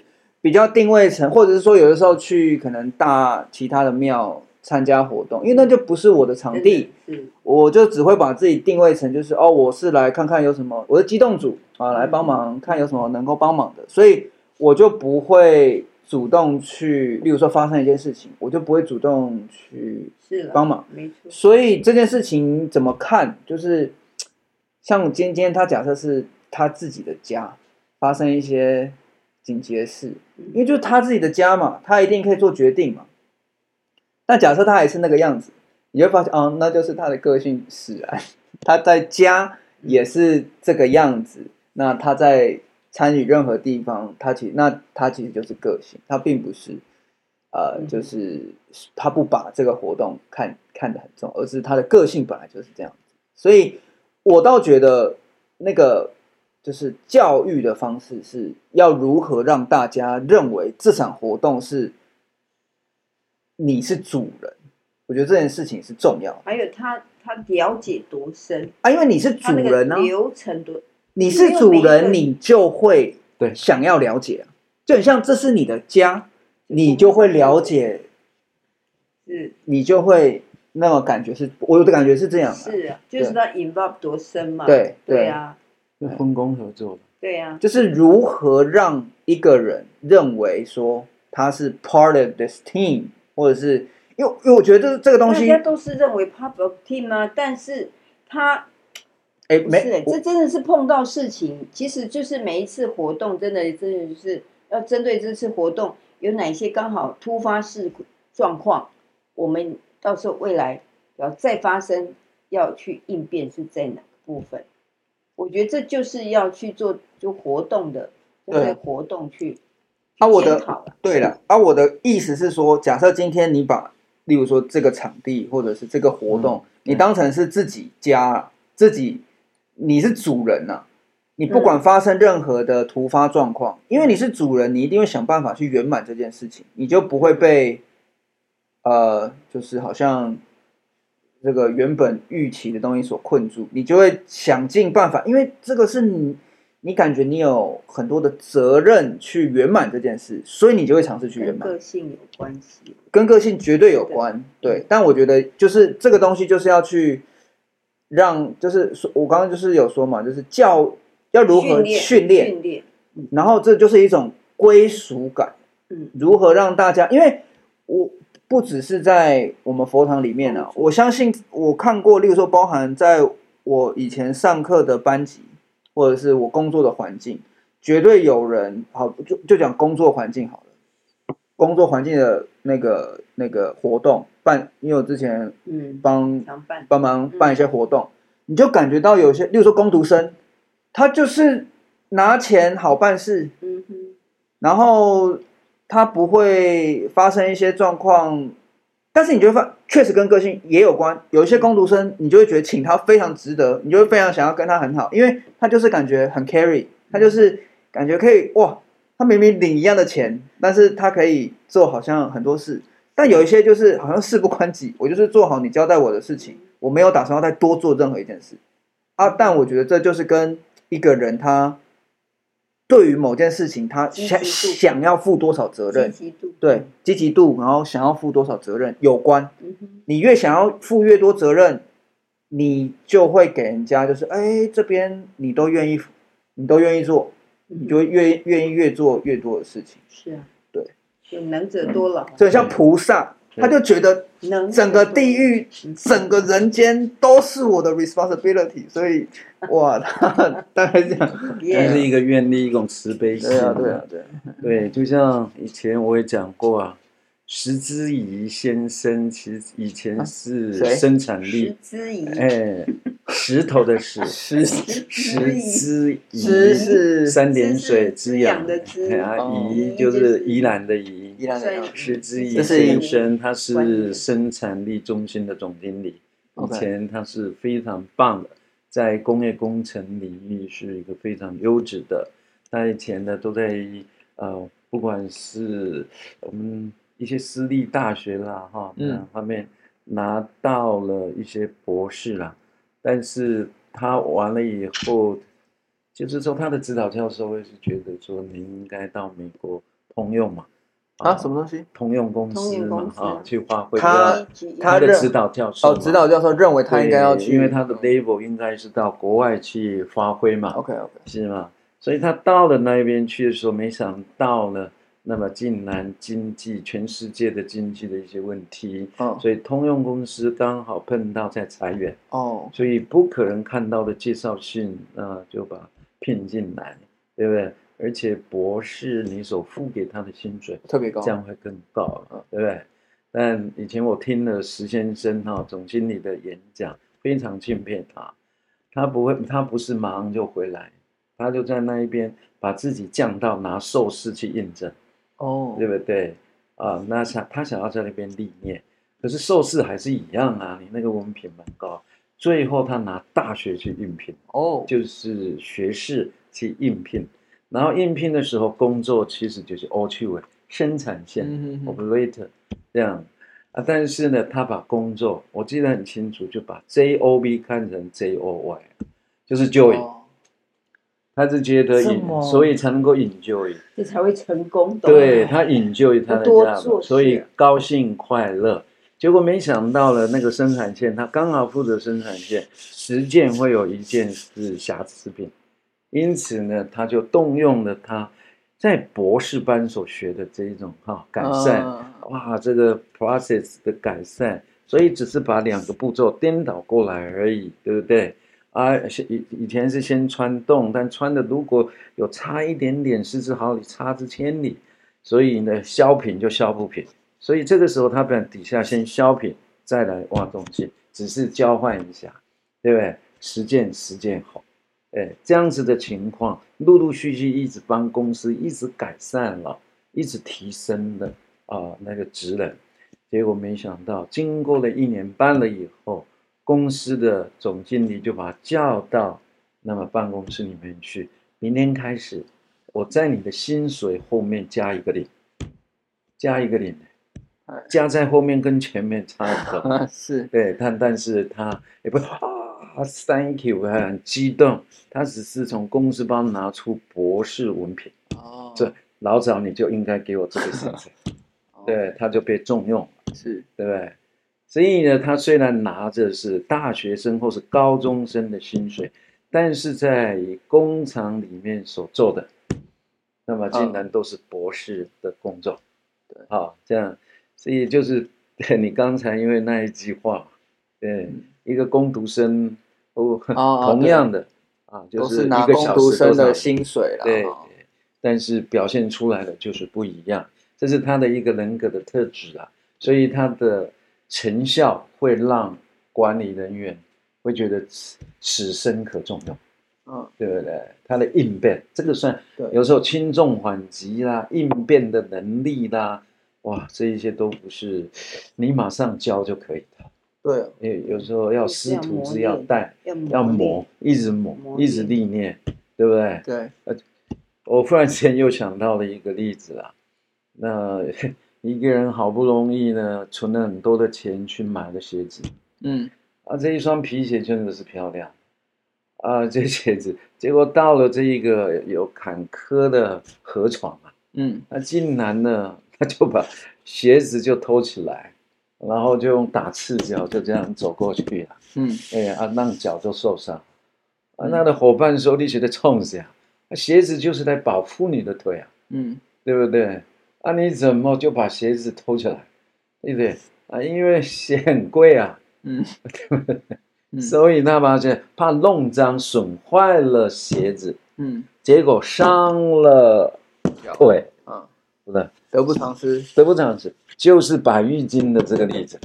[SPEAKER 1] 比较定位成，或者是说有的时候去可能大其他的庙参加活动，因为那就不是我的场地，
[SPEAKER 3] 真的是
[SPEAKER 1] 我就只会把自己定位成就是哦，我是来看看有什么，我是机动组啊，来帮忙看有什么能够帮忙的，所以我就不会主动去，例如说发生一件事情，我就不会主动去
[SPEAKER 3] 是了，
[SPEAKER 1] 帮忙。
[SPEAKER 3] 没错，
[SPEAKER 1] 所以这件事情怎么看？就是像今天他假设是他自己的家发生一些紧急的事，因为就是他自己的家嘛，他一定可以做决定嘛。但假设他还是那个样子，你会发现哦，那就是他的个性使然。他在家也是这个样子，那他在参与任何地方，他其那他其实就是个性，他并不是呃，
[SPEAKER 3] 嗯
[SPEAKER 1] 就是他不把这个活动看看得很重，而是他的个性本来就是这样子。所以我倒觉得那个就是教育的方式是要如何让大家认为这场活动是你是主人，我觉得这件事情是重要的
[SPEAKER 3] 还有他他了解多深，
[SPEAKER 1] 啊，因为你是
[SPEAKER 3] 他
[SPEAKER 1] 主
[SPEAKER 3] 那
[SPEAKER 1] 人
[SPEAKER 3] 个
[SPEAKER 1] 呢、
[SPEAKER 3] 流程多，
[SPEAKER 1] 你是主
[SPEAKER 3] 没有每一个人
[SPEAKER 1] 人，你就会
[SPEAKER 2] 对
[SPEAKER 1] 想要了解啊，就很像这是你的家，你就会了解，
[SPEAKER 3] 是
[SPEAKER 1] 你就会那么感觉是，我的感觉是这样的、
[SPEAKER 3] 是啊，就是他 involve 多深嘛，
[SPEAKER 1] 对
[SPEAKER 3] 对啊，
[SPEAKER 2] 就分工合作的。
[SPEAKER 3] 对啊，
[SPEAKER 1] 就是如何让一个人认为说他是 part of this team，或者是因为因为我觉得这这个东
[SPEAKER 3] 大
[SPEAKER 1] 西，
[SPEAKER 3] 家都是认为 pop up team 啊，但是他
[SPEAKER 1] 哎，
[SPEAKER 3] 不是欸、
[SPEAKER 1] 没，
[SPEAKER 3] 这
[SPEAKER 1] 我
[SPEAKER 3] 真的是碰到事情，其实就是每一次活动，真的真的是要针对这次活动有哪些刚好突发事故状况，我们到时候未来要再发生要去应变是在哪个部分？我觉得这就是要去做就活动的，就
[SPEAKER 1] 对
[SPEAKER 3] 在活动去
[SPEAKER 1] 啊我的
[SPEAKER 3] 检讨了
[SPEAKER 1] 对了，啊，我的意思是说，假设今天你把，例如说这个场地或者是这个活动，你当成是自己家、啊，自己你是主人呐、你不管发生任何的突发状况，因为你是主人，你一定会想办法去圆满这件事情，你就不会被，呃，就是好像这个原本预期的东西所困住，你就会想尽办法，因为这个是你，你感觉你有很多的责任去圆满这件事，所以你就会尝试去圆
[SPEAKER 3] 跟
[SPEAKER 1] 满，
[SPEAKER 3] 个性有关系。
[SPEAKER 1] 跟个性绝对有关。对，但我觉得就是这个东西就是要去让，就是说我刚刚就是有说嘛，就是教要如何
[SPEAKER 3] 训练
[SPEAKER 1] 训练，
[SPEAKER 3] 训练，
[SPEAKER 1] 然后这就是一种归属感，
[SPEAKER 3] 嗯，
[SPEAKER 1] 如何让大家，因为我不只是在我们佛堂里面啊，我相信我看过，例如说包含在我以前上课的班级，或者是我工作的环境，绝对有人好就就讲工作环境好了，工作环境的那个那个活动办，因为我之前
[SPEAKER 3] 嗯，
[SPEAKER 1] 帮
[SPEAKER 3] 常办，
[SPEAKER 1] 帮忙办一些活动，你就感觉到有些，例如说工读生，他就是拿钱好办事，
[SPEAKER 3] 嗯哼，
[SPEAKER 1] 然后他不会发生一些状况，但是你就会发，确实跟个性也有关。有一些工读生，你就会觉得请他非常值得，你就会非常想要跟他很好，因为他就是感觉很 carry，他就是感觉可以哇，他明明领一样的钱，但是他可以做好像很多事。但有一些就是好像事不关己，我就是做好你交代我的事情，我没有打算要再多做任何一件事啊。但我觉得这就是跟一个人他对于某件事情他
[SPEAKER 3] 积极
[SPEAKER 1] 想想
[SPEAKER 3] 度
[SPEAKER 1] 要负多少责
[SPEAKER 3] 积
[SPEAKER 1] 任，
[SPEAKER 3] 极度，
[SPEAKER 1] 对积极度，然后想要负多少责任有关。
[SPEAKER 3] 嗯哼，
[SPEAKER 1] 你越想要负越多责任，你就会给人家就是哎这边你都愿意，你都愿意做，
[SPEAKER 3] 嗯
[SPEAKER 1] 你就会越愿意越做越多的事情。
[SPEAKER 3] 是啊，
[SPEAKER 1] 对，
[SPEAKER 3] 就能者多劳，啊
[SPEAKER 1] 就很像菩萨，
[SPEAKER 2] 对
[SPEAKER 1] 他就觉得
[SPEAKER 3] 能
[SPEAKER 1] 整个地狱
[SPEAKER 3] 嗯、
[SPEAKER 1] 整个人间都是我的 responsibility，所以哇，他大概这样。
[SPEAKER 2] 但是一
[SPEAKER 3] 也
[SPEAKER 2] 个愿力，一种慈悲心。
[SPEAKER 1] 啊对啊，对啊，对啊，
[SPEAKER 2] 对，就像以前我也讲过啊，石之仪先生其实以前是
[SPEAKER 1] 啊谁
[SPEAKER 2] 生产
[SPEAKER 3] 石
[SPEAKER 2] 力，
[SPEAKER 3] 之仪，
[SPEAKER 2] 哎，石头的 石，
[SPEAKER 1] 是
[SPEAKER 2] 石之仪，
[SPEAKER 1] 之是
[SPEAKER 2] 三点水
[SPEAKER 3] 之是
[SPEAKER 2] 之养
[SPEAKER 3] 滋养的滋
[SPEAKER 2] 哎啊
[SPEAKER 1] 哦
[SPEAKER 2] 宜就是宜兰的宜。
[SPEAKER 1] 依然
[SPEAKER 3] 算
[SPEAKER 2] 石之仪
[SPEAKER 1] 这是一
[SPEAKER 2] 先
[SPEAKER 1] 个
[SPEAKER 2] 生，他
[SPEAKER 3] 管理
[SPEAKER 2] 是
[SPEAKER 3] 者
[SPEAKER 2] 生产力中心的总经理，以
[SPEAKER 1] OK
[SPEAKER 2] 前他是非常棒的，在工业工程领域是一个非常优质的。他以前呢都在呃，不管是我们一些私立大学啦哈，
[SPEAKER 1] 嗯
[SPEAKER 2] 那方面拿到了一些博士啦，但是他完了以后，就是说他的指导教授会是觉得说你应该到美国通用嘛，
[SPEAKER 1] 啊，什么东西？
[SPEAKER 2] 通用公
[SPEAKER 3] 通
[SPEAKER 2] 司
[SPEAKER 3] 用
[SPEAKER 2] 嘛
[SPEAKER 3] 公司
[SPEAKER 2] 啊，去发挥
[SPEAKER 1] 他
[SPEAKER 2] 要
[SPEAKER 3] 之一
[SPEAKER 1] 他
[SPEAKER 2] 的
[SPEAKER 1] 认
[SPEAKER 2] 指导教授
[SPEAKER 1] 哦，
[SPEAKER 2] 嘛
[SPEAKER 1] 指导教授认为他应该要
[SPEAKER 2] 对
[SPEAKER 1] 去，
[SPEAKER 2] 因为他的 label 应该是到国外去发挥嘛，
[SPEAKER 1] OK OK，
[SPEAKER 2] 是吗？所以他到了那边去的时候，没想到呢，那么竟然经济全世界的经济的一些问题，
[SPEAKER 1] 嗯，
[SPEAKER 2] 所以通用公司刚好碰到在裁员，
[SPEAKER 1] 哦，
[SPEAKER 2] 所以不可能看到的介绍信啊、呃就把聘进来，对不对？而且博士你所付给他的薪水
[SPEAKER 1] 特别高
[SPEAKER 2] 这，样会更高了
[SPEAKER 1] 嗯，
[SPEAKER 2] 对不对？但以前我听了石先生哈、总经理的演讲，非常敬佩他。他不会，他不是马上就回来，他就在那一边把自己降到拿硕士去印证，
[SPEAKER 1] 哦，
[SPEAKER 2] 对不对？啊，那想他想要在那边历练，可是硕士还是一样啊，你那个文凭蛮高。最后他拿大学去应聘，
[SPEAKER 1] 哦，
[SPEAKER 2] 就是学士去应聘，然后应聘的时候工作其实就是 all 去尾生产线，
[SPEAKER 1] 嗯嗯嗯
[SPEAKER 2] operator 这样啊，但是呢，他把工作我记得很清楚，就把 JOB 看成 JOY，就是 joy，、
[SPEAKER 1] 哦
[SPEAKER 2] 他是觉得
[SPEAKER 1] 这
[SPEAKER 2] 引，
[SPEAKER 1] 么
[SPEAKER 2] 所以才能够 enjoy，
[SPEAKER 3] 这才会成功，懂吗
[SPEAKER 2] 对他 enjoy 他的
[SPEAKER 3] 多
[SPEAKER 2] job，
[SPEAKER 3] 做事
[SPEAKER 1] 啊
[SPEAKER 2] 所以高兴快乐。结果没想到了，那个生产线他刚好负责生产线，十件会有一件是瑕疵品，因此呢，他就动用了他在博士班所学的这一种哈、改善。
[SPEAKER 1] 啊
[SPEAKER 2] 哇，这个 process 的改善，所以只是把两个步骤颠倒过来而已，对不对？啊，是以以前是先穿洞，但穿的如果有差一点点，失之毫厘，差之千里，所以呢，削平就削不平。所以这个时候，他把底下先削平，再来挖东西，只是交换一下，对不对？实践实践好，哎，这样子的情况，陆陆续续一直帮公司一直改善了，一直提升了。啊那个职能，结果没想到经过了一年半了以后，公司的总经理就把他叫到那么办公室里面去，明天开始我在你的薪水后面加一个零，加一个零
[SPEAKER 1] 哎，
[SPEAKER 2] 加在后面跟前面差不 多。
[SPEAKER 1] 啊是
[SPEAKER 2] 对，但但是他也不啊，thank you，还很激动，他只是从公司帮他拿出博士文凭，
[SPEAKER 1] 哦，
[SPEAKER 2] 这老早你就应该给我这个薪水。
[SPEAKER 1] 哦
[SPEAKER 2] 对，他就被重用，
[SPEAKER 1] 是
[SPEAKER 2] 对不对？所以呢，他虽然拿着是大学生或是高中生的薪水，但是在工厂里面所做的，那么竟然都是博士的工作，
[SPEAKER 1] 嗯对
[SPEAKER 2] 好、这样，所以就是 你刚才因为那一句话嘛，对，
[SPEAKER 1] 嗯
[SPEAKER 2] 一个工读生哦，
[SPEAKER 1] 哦
[SPEAKER 2] 同
[SPEAKER 1] 对
[SPEAKER 2] 样的啊，就
[SPEAKER 1] 都
[SPEAKER 2] 是
[SPEAKER 1] 是
[SPEAKER 2] 一
[SPEAKER 1] 拿
[SPEAKER 2] 个
[SPEAKER 1] 工
[SPEAKER 2] 小
[SPEAKER 1] 读
[SPEAKER 2] 时多
[SPEAKER 1] 生
[SPEAKER 2] 少
[SPEAKER 1] 的薪水啦，
[SPEAKER 2] 对
[SPEAKER 1] 哦，
[SPEAKER 2] 但是表现出来的就是不一样，这是他的一个人格的特质啊。所以他的成效会让管理人员会觉得此此生可重用，
[SPEAKER 1] 嗯
[SPEAKER 2] 对不对？他的应变，这个算
[SPEAKER 1] 对
[SPEAKER 2] 有时候轻重缓急啦，应变的能力啦，哇，这一些都不是你马上教就可以的，
[SPEAKER 1] 对，
[SPEAKER 2] 因为有时候要师徒是要带，
[SPEAKER 3] 要磨
[SPEAKER 2] 要
[SPEAKER 3] 练
[SPEAKER 2] 磨，一直磨，
[SPEAKER 3] 磨
[SPEAKER 2] 一直历练，对不对？
[SPEAKER 1] 对，
[SPEAKER 2] 我忽然间又想到了一个例子啦，那一个人好不容易呢存了很多的钱去买了鞋子，
[SPEAKER 1] 嗯
[SPEAKER 2] 啊，这一双皮鞋真的是漂亮，啊，这鞋子，结果到了这一个有坎坷的河床啊，
[SPEAKER 1] 嗯
[SPEAKER 2] 那竟然呢，他就把鞋子就偷起来，然后就用打赤脚就这样走过去了。
[SPEAKER 1] 嗯，
[SPEAKER 2] 哎啊，让脚就受伤。啊，那的伙伴说：“你觉得冲啥？鞋子就是来保护你的腿啊，
[SPEAKER 1] 嗯
[SPEAKER 2] 对不对？啊，你怎么就把鞋子偷起来，对不对？啊，因为鞋很贵啊，
[SPEAKER 1] 嗯嗯
[SPEAKER 2] 所以他把这怕弄脏损坏了鞋子，
[SPEAKER 1] 嗯，
[SPEAKER 2] 结果伤了腿，
[SPEAKER 1] 啊，
[SPEAKER 2] 是不是？
[SPEAKER 1] 得不偿失，
[SPEAKER 2] 得不偿失，就是把浴巾的这个例子，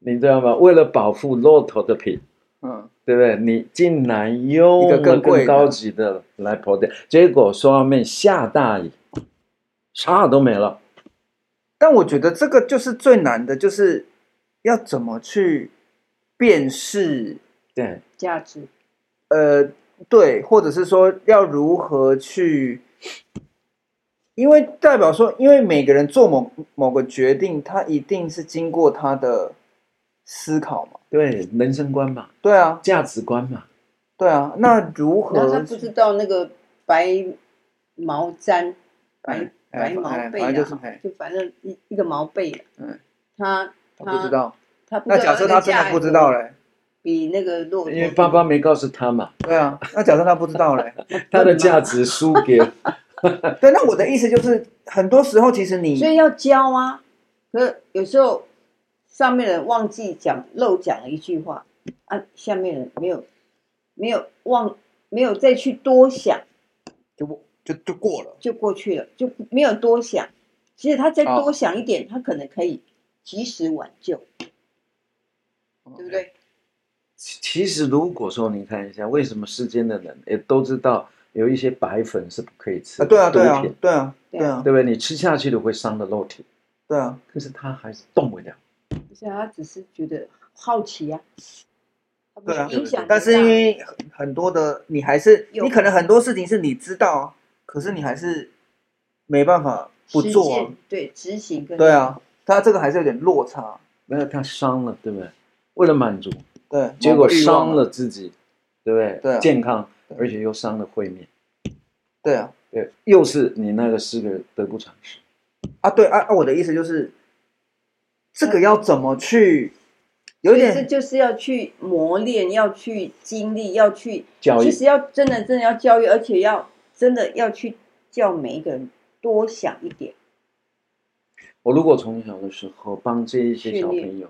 [SPEAKER 2] 你知道吗？为了保护骆驼的皮，
[SPEAKER 1] 嗯
[SPEAKER 2] 对不对？你竟然用
[SPEAKER 1] 一
[SPEAKER 2] 了
[SPEAKER 1] 个更贵的
[SPEAKER 2] 更高级的来跑掉，结果上面下大雨，啥都没了。
[SPEAKER 1] 但我觉得这个就是最难的，就是要怎么去辨识，
[SPEAKER 2] 对，
[SPEAKER 3] 价值
[SPEAKER 1] 呃，对，或者是说要如何去，因为代表说，因为每个人做某某个决定，他一定是经过他的思考嘛。
[SPEAKER 2] 对，人生观嘛，
[SPEAKER 1] 对啊，
[SPEAKER 2] 价值观嘛，
[SPEAKER 1] 对啊，那如何？
[SPEAKER 3] 然后他不知道那个白毛毡、白
[SPEAKER 1] 哎哎
[SPEAKER 3] 白毛
[SPEAKER 1] 哎
[SPEAKER 3] 被
[SPEAKER 1] 反正
[SPEAKER 3] 啊，
[SPEAKER 1] 就是哎
[SPEAKER 3] 就反正一一个毛被啊
[SPEAKER 1] 嗯，
[SPEAKER 3] 他
[SPEAKER 1] 他不知道。
[SPEAKER 3] 他不
[SPEAKER 1] 那
[SPEAKER 3] 知道
[SPEAKER 1] 假设
[SPEAKER 3] 啊那
[SPEAKER 1] 他
[SPEAKER 3] 个
[SPEAKER 1] 真
[SPEAKER 3] 价
[SPEAKER 1] 的
[SPEAKER 3] 格
[SPEAKER 1] 不知道，嘞，
[SPEAKER 3] 比那个骆驼
[SPEAKER 2] 因为爸爸没告诉他嘛，
[SPEAKER 1] 对啊，那假设他不知道嘞，
[SPEAKER 2] 他的价值输 给了
[SPEAKER 1] 对，那我的意思就是，很多时候其实你
[SPEAKER 3] 所以要教啊。可有时候上面的人忘记讲漏讲了一句话啊，下面人没有没有忘没有再去多想，
[SPEAKER 1] 就就就过了，
[SPEAKER 3] 就过去了，就没有多想。其实他再
[SPEAKER 1] 哦
[SPEAKER 3] 多想一点，他可能可以及时挽救，对不对？
[SPEAKER 2] 其其实如果说你看一下，为什么世间的人也都知道有一些白粉是不可以吃
[SPEAKER 1] 啊？
[SPEAKER 2] 的
[SPEAKER 1] 对啊，对啊
[SPEAKER 2] 毒品，
[SPEAKER 1] 对啊，
[SPEAKER 3] 对
[SPEAKER 1] 对啊，
[SPEAKER 2] 对不对？你吃下去的会伤了肉体，
[SPEAKER 1] 对啊，
[SPEAKER 2] 可是他还是动不了。
[SPEAKER 3] 不是啊，他只是觉得好奇呀、啊，他不
[SPEAKER 1] 对啊
[SPEAKER 3] 是影响，
[SPEAKER 1] 但是因
[SPEAKER 3] 很大
[SPEAKER 1] 为很很多的你还是
[SPEAKER 3] 有
[SPEAKER 1] 你可能很多事情是你知道，啊可是你还是没办法不
[SPEAKER 3] 实
[SPEAKER 1] 做啊
[SPEAKER 3] 践，对执行跟
[SPEAKER 1] 对，啊，他这个还是有点落差，啊
[SPEAKER 2] 没有，他伤了，对不对？为了满足，
[SPEAKER 1] 对，
[SPEAKER 2] 结果
[SPEAKER 1] 某个欲望啊
[SPEAKER 2] 伤
[SPEAKER 1] 嘛，
[SPEAKER 2] 了自己，对不对？
[SPEAKER 1] 对啊
[SPEAKER 2] 健康
[SPEAKER 1] 对，
[SPEAKER 2] 而且又伤了慧命，
[SPEAKER 1] 对啊，
[SPEAKER 2] 对，又是你那个四个得不偿失。
[SPEAKER 1] 啊对啊，啊我的意思就是，这个要怎么去，有
[SPEAKER 3] 所以这
[SPEAKER 1] 点
[SPEAKER 3] 就是要去磨练，要去经历，要去
[SPEAKER 2] 教育
[SPEAKER 3] 其实要真的真的要教育，而且要真的要去叫每一个人多想一点，
[SPEAKER 2] 我如果从小的时候帮这一些
[SPEAKER 3] 训
[SPEAKER 2] 小
[SPEAKER 3] 练
[SPEAKER 2] 朋友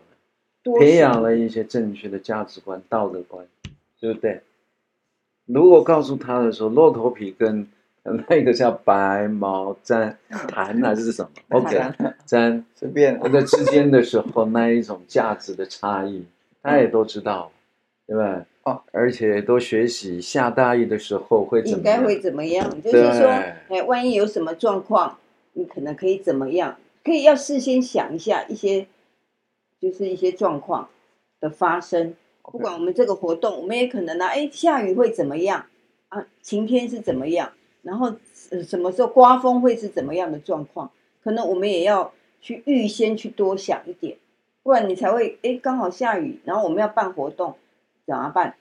[SPEAKER 3] 多
[SPEAKER 2] 培
[SPEAKER 3] 想
[SPEAKER 2] 养了一些正确的价值观、道德观，对不对？如果告诉他的时候，骆驼皮跟呃那个叫白毛
[SPEAKER 3] 哦
[SPEAKER 2] 毡弹还是什么？OK，毡
[SPEAKER 1] 随便啊，
[SPEAKER 2] 那个之间的时候，那一种价值的差异，他也都知道，对吧？
[SPEAKER 1] 哦，
[SPEAKER 2] 而且都学习下大意的时候会怎
[SPEAKER 3] 应
[SPEAKER 2] 么样？
[SPEAKER 3] 该会怎么样？就是说，
[SPEAKER 2] 对
[SPEAKER 3] 哎，万一有什么状况，你可能可以怎么样？可以要事先想一下一些，就是一些状况的发生。不管我们这个活动，我们也可能呢、啊，哎，下雨会怎么样啊？晴天是怎么样？然后、呃、什么时候刮风会是怎么样的状况？可能我们也要去预先去多想一点，不然你才会哎，刚好下雨，然后我们要办活动，怎么办？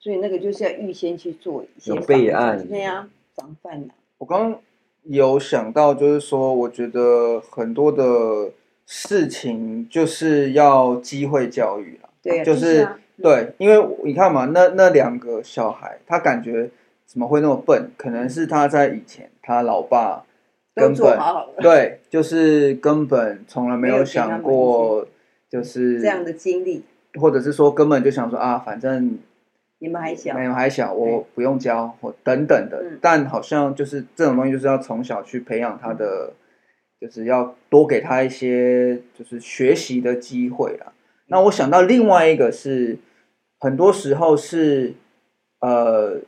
[SPEAKER 3] 所以那个就是要预先去做一些
[SPEAKER 2] 有备
[SPEAKER 3] 防
[SPEAKER 2] 案
[SPEAKER 3] 对呀、防范呐、
[SPEAKER 1] 我刚刚有想到，就是说，我觉得很多的事情就是要机会教育啦，
[SPEAKER 3] 对啊
[SPEAKER 1] 就
[SPEAKER 3] 就是
[SPEAKER 1] 是
[SPEAKER 3] 啊
[SPEAKER 1] 对，因为你看嘛，那那两个小孩，他感觉怎么会那么笨？可能是他在以前他老爸
[SPEAKER 3] 都
[SPEAKER 1] 根
[SPEAKER 3] 做
[SPEAKER 1] 本
[SPEAKER 3] 好好了
[SPEAKER 1] 对，就是根本从来没
[SPEAKER 3] 没有
[SPEAKER 1] 有
[SPEAKER 3] 给他们
[SPEAKER 1] 想过，就是
[SPEAKER 3] 这样的经历，
[SPEAKER 1] 或者是说根本就想说啊，反正
[SPEAKER 3] 你们还小，
[SPEAKER 1] 没有还小，
[SPEAKER 3] 嗯
[SPEAKER 1] 我不用教或等等的。
[SPEAKER 3] 嗯
[SPEAKER 1] 但好像就是这种东西，就是要从小去培养他
[SPEAKER 3] 嗯
[SPEAKER 1] 的，就是要多给他一些就是学习的机会啦。那我想到另外一个是，很多时候是呃，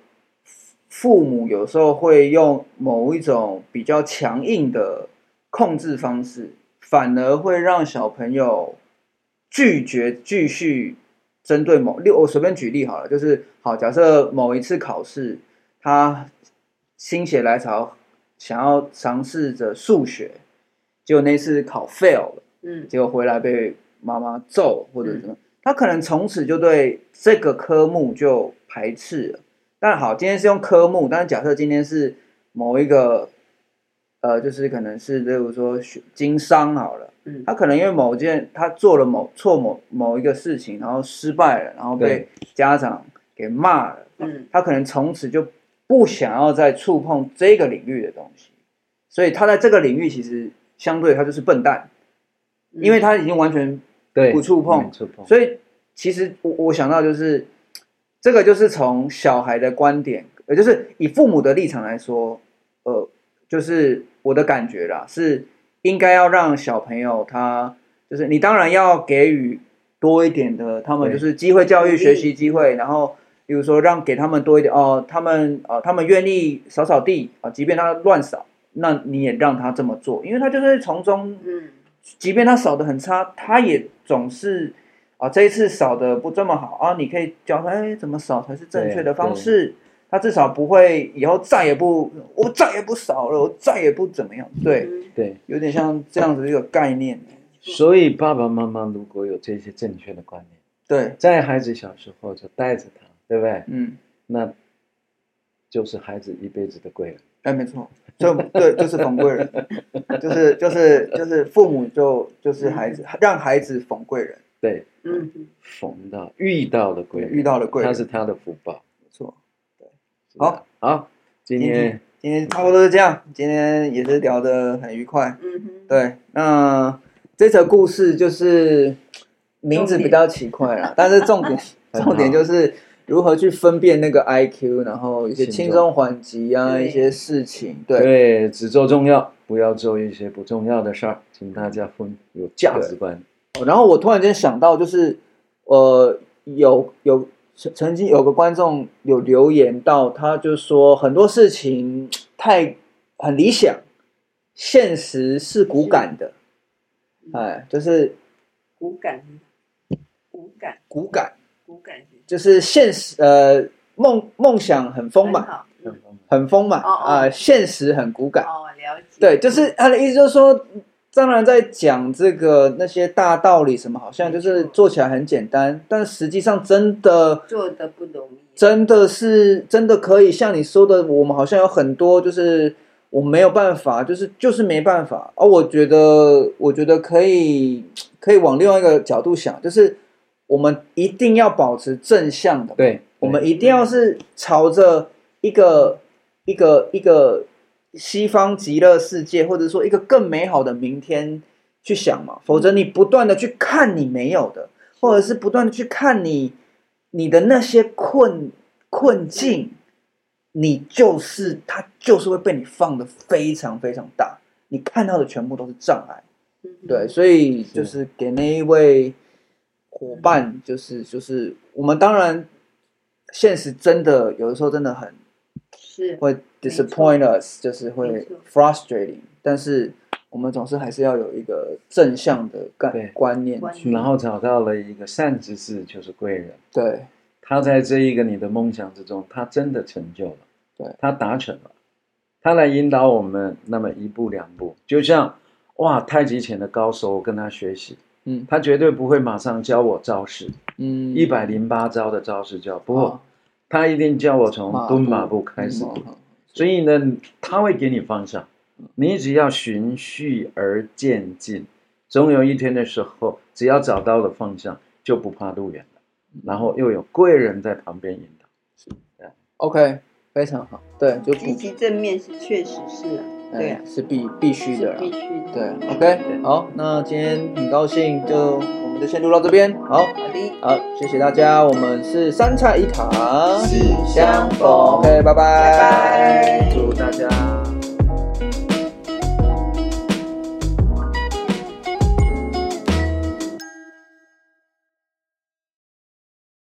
[SPEAKER 1] 父母有时候会用某一种比较强硬的控制方式，反而会让小朋友拒绝继续针对某例，我随便举例好了，就是好，假设某一次考试，他心血来潮想要尝试着数学，结果那次考 fail 了，
[SPEAKER 3] 嗯，
[SPEAKER 1] 结果回来被妈妈揍或者什么，他可能从此就对这个科目就排斥了。但好，今天是用科目，但是假设今天是某一个，呃，就是可能是例如说学经商好了。
[SPEAKER 3] 嗯
[SPEAKER 1] 他可能因为某件他做了某错某某一个事情，然后失败了，然后被家长给骂了，
[SPEAKER 3] 嗯
[SPEAKER 1] 他可能从此就不想要再触碰这个领域的东西，所以他在这个领域其实相对他就是笨蛋，
[SPEAKER 3] 嗯
[SPEAKER 1] 因为他已经完全
[SPEAKER 2] 对，
[SPEAKER 1] 不触碰
[SPEAKER 2] 不触碰，
[SPEAKER 1] 所以其实我我想到就是，这个就是从小孩的观点，呃，就是以父母的立场来说，呃，就是我的感觉啦，是应该要让小朋友他，就是你当然要给予多一点的他们
[SPEAKER 2] 对
[SPEAKER 1] 就是机会教育、
[SPEAKER 3] 鼓励
[SPEAKER 1] 学习机会，然后。比如说，让给他们多一点哦，他们啊、呃他们愿意扫扫地啊、即便他乱扫，那你也让他这么做，因为他就是从中
[SPEAKER 3] 嗯，
[SPEAKER 1] 即便他扫的很差，他也总是啊这一次扫的不这么好啊，你可以教他哎怎么扫才是正确的方式，他至少不会以后再也不我再也不扫了，我再也不怎么样，对，
[SPEAKER 3] 嗯，
[SPEAKER 2] 对。
[SPEAKER 1] 有点像这样子一个概念，
[SPEAKER 2] 所以爸爸妈妈如果有这些正确的观念，
[SPEAKER 1] 对，
[SPEAKER 2] 在孩子小时候就带着他，对不对？
[SPEAKER 1] 嗯，
[SPEAKER 2] 那就是孩子一辈子的贵人。
[SPEAKER 1] 哎没错，就对，就是冯贵人，就是就是就是父母就就是孩子让孩子冯贵人，
[SPEAKER 2] 对，
[SPEAKER 3] 嗯，
[SPEAKER 2] 逢到遇到了贵人，
[SPEAKER 1] 遇到了贵人
[SPEAKER 2] 他是他的福报。
[SPEAKER 1] 没错，
[SPEAKER 2] 是吧好，今
[SPEAKER 1] 今
[SPEAKER 2] 天
[SPEAKER 1] 天今天差不多是这样，今天也是聊得很愉快。
[SPEAKER 3] 嗯哼，
[SPEAKER 1] 对，那这则故事就是名字比较奇怪啦， 但是重点
[SPEAKER 2] 很好
[SPEAKER 1] 重点就是如何去分辨那个 IQ，然后一些轻
[SPEAKER 2] 轻
[SPEAKER 1] 重
[SPEAKER 2] 重
[SPEAKER 1] 缓急啊，
[SPEAKER 3] 对
[SPEAKER 1] 一些事情，对
[SPEAKER 2] 对只做重要，不要做一些不重要的事儿，请大家分有价值观。
[SPEAKER 1] 然后我突然间想到，就是呃，有有曾曾经有个观众有留言到，他就说很多事情太很理想，现实是骨感的，哎，就是
[SPEAKER 3] 骨感，骨感，
[SPEAKER 1] 骨感。
[SPEAKER 3] 骨感是
[SPEAKER 1] 就是现实呃梦梦想很丰
[SPEAKER 3] 很
[SPEAKER 1] 满，
[SPEAKER 3] 好，嗯
[SPEAKER 1] 很丰满
[SPEAKER 3] 哦哦
[SPEAKER 1] 啊、现实很骨感。
[SPEAKER 3] 哦，了解，
[SPEAKER 1] 对，就是他的意思就是说，当然在讲这个那些大道理什么，好像就是
[SPEAKER 3] 没错
[SPEAKER 1] 做起来很简单，但实际上真的
[SPEAKER 3] 做的不容易，啊
[SPEAKER 1] 真的是真的可以像你说的，我们好像有很多就是。我没有办法，就是就是没办法。而、我觉得，我觉得可以可以往另外一个角度想，就是我们一定要保持正向的
[SPEAKER 2] 对，
[SPEAKER 1] 我们一定要是朝着一个一个一个西方极乐世界，或者说一个更美好的明天去想嘛，否则你不断的去看你没有的，或者是不断的去看你你的那些困困境，你就是它就是会被你放的非常非常大，你看到的全部都是障碍。
[SPEAKER 3] 嗯哼
[SPEAKER 1] 对，所以就是是给那一位伙伴，就是就是我们当然现实真的有的时候真的很
[SPEAKER 3] 是，
[SPEAKER 1] 会
[SPEAKER 3] 没
[SPEAKER 1] disappoint us，就是会
[SPEAKER 3] 没错
[SPEAKER 1] frustrating，但是我们总是还是要有一个正向的
[SPEAKER 2] 对
[SPEAKER 1] 概观念
[SPEAKER 3] 观
[SPEAKER 1] 去
[SPEAKER 2] 然后找到了一个善知识，就是贵人。
[SPEAKER 1] 对
[SPEAKER 2] 他在这一个你的梦想之中，他真的成就了，
[SPEAKER 1] 对
[SPEAKER 2] 他达成了，他来引导我们，那么一步两步，就像哇，太极拳的高手，我跟他学习，
[SPEAKER 1] 嗯
[SPEAKER 2] 他绝对不会马上教我招式，
[SPEAKER 1] 嗯
[SPEAKER 2] 一百零八招的招式教，不过、
[SPEAKER 1] 哦
[SPEAKER 2] 他一定教我从蹲马步开始，
[SPEAKER 1] 嗯
[SPEAKER 2] 所以呢，他会给你方向，你只要循序而渐进，总有一天的时候，只要找到了方向，就不怕路远了。然后又有贵人在旁边引导。
[SPEAKER 1] OK 非常好，对就
[SPEAKER 3] 积
[SPEAKER 1] 不
[SPEAKER 3] 极正面是确实是啊，对啊
[SPEAKER 1] 哎，是必必须
[SPEAKER 3] 是
[SPEAKER 1] 的啦
[SPEAKER 3] 必。须的，
[SPEAKER 1] 对，OK，好，那今天很高兴就我们就先录到这边，好。
[SPEAKER 3] 好的，
[SPEAKER 1] 好，谢谢大家，我们是三菜一汤，
[SPEAKER 3] 喜相逢
[SPEAKER 1] ，OK，拜拜，
[SPEAKER 3] 拜拜
[SPEAKER 2] 祝大家。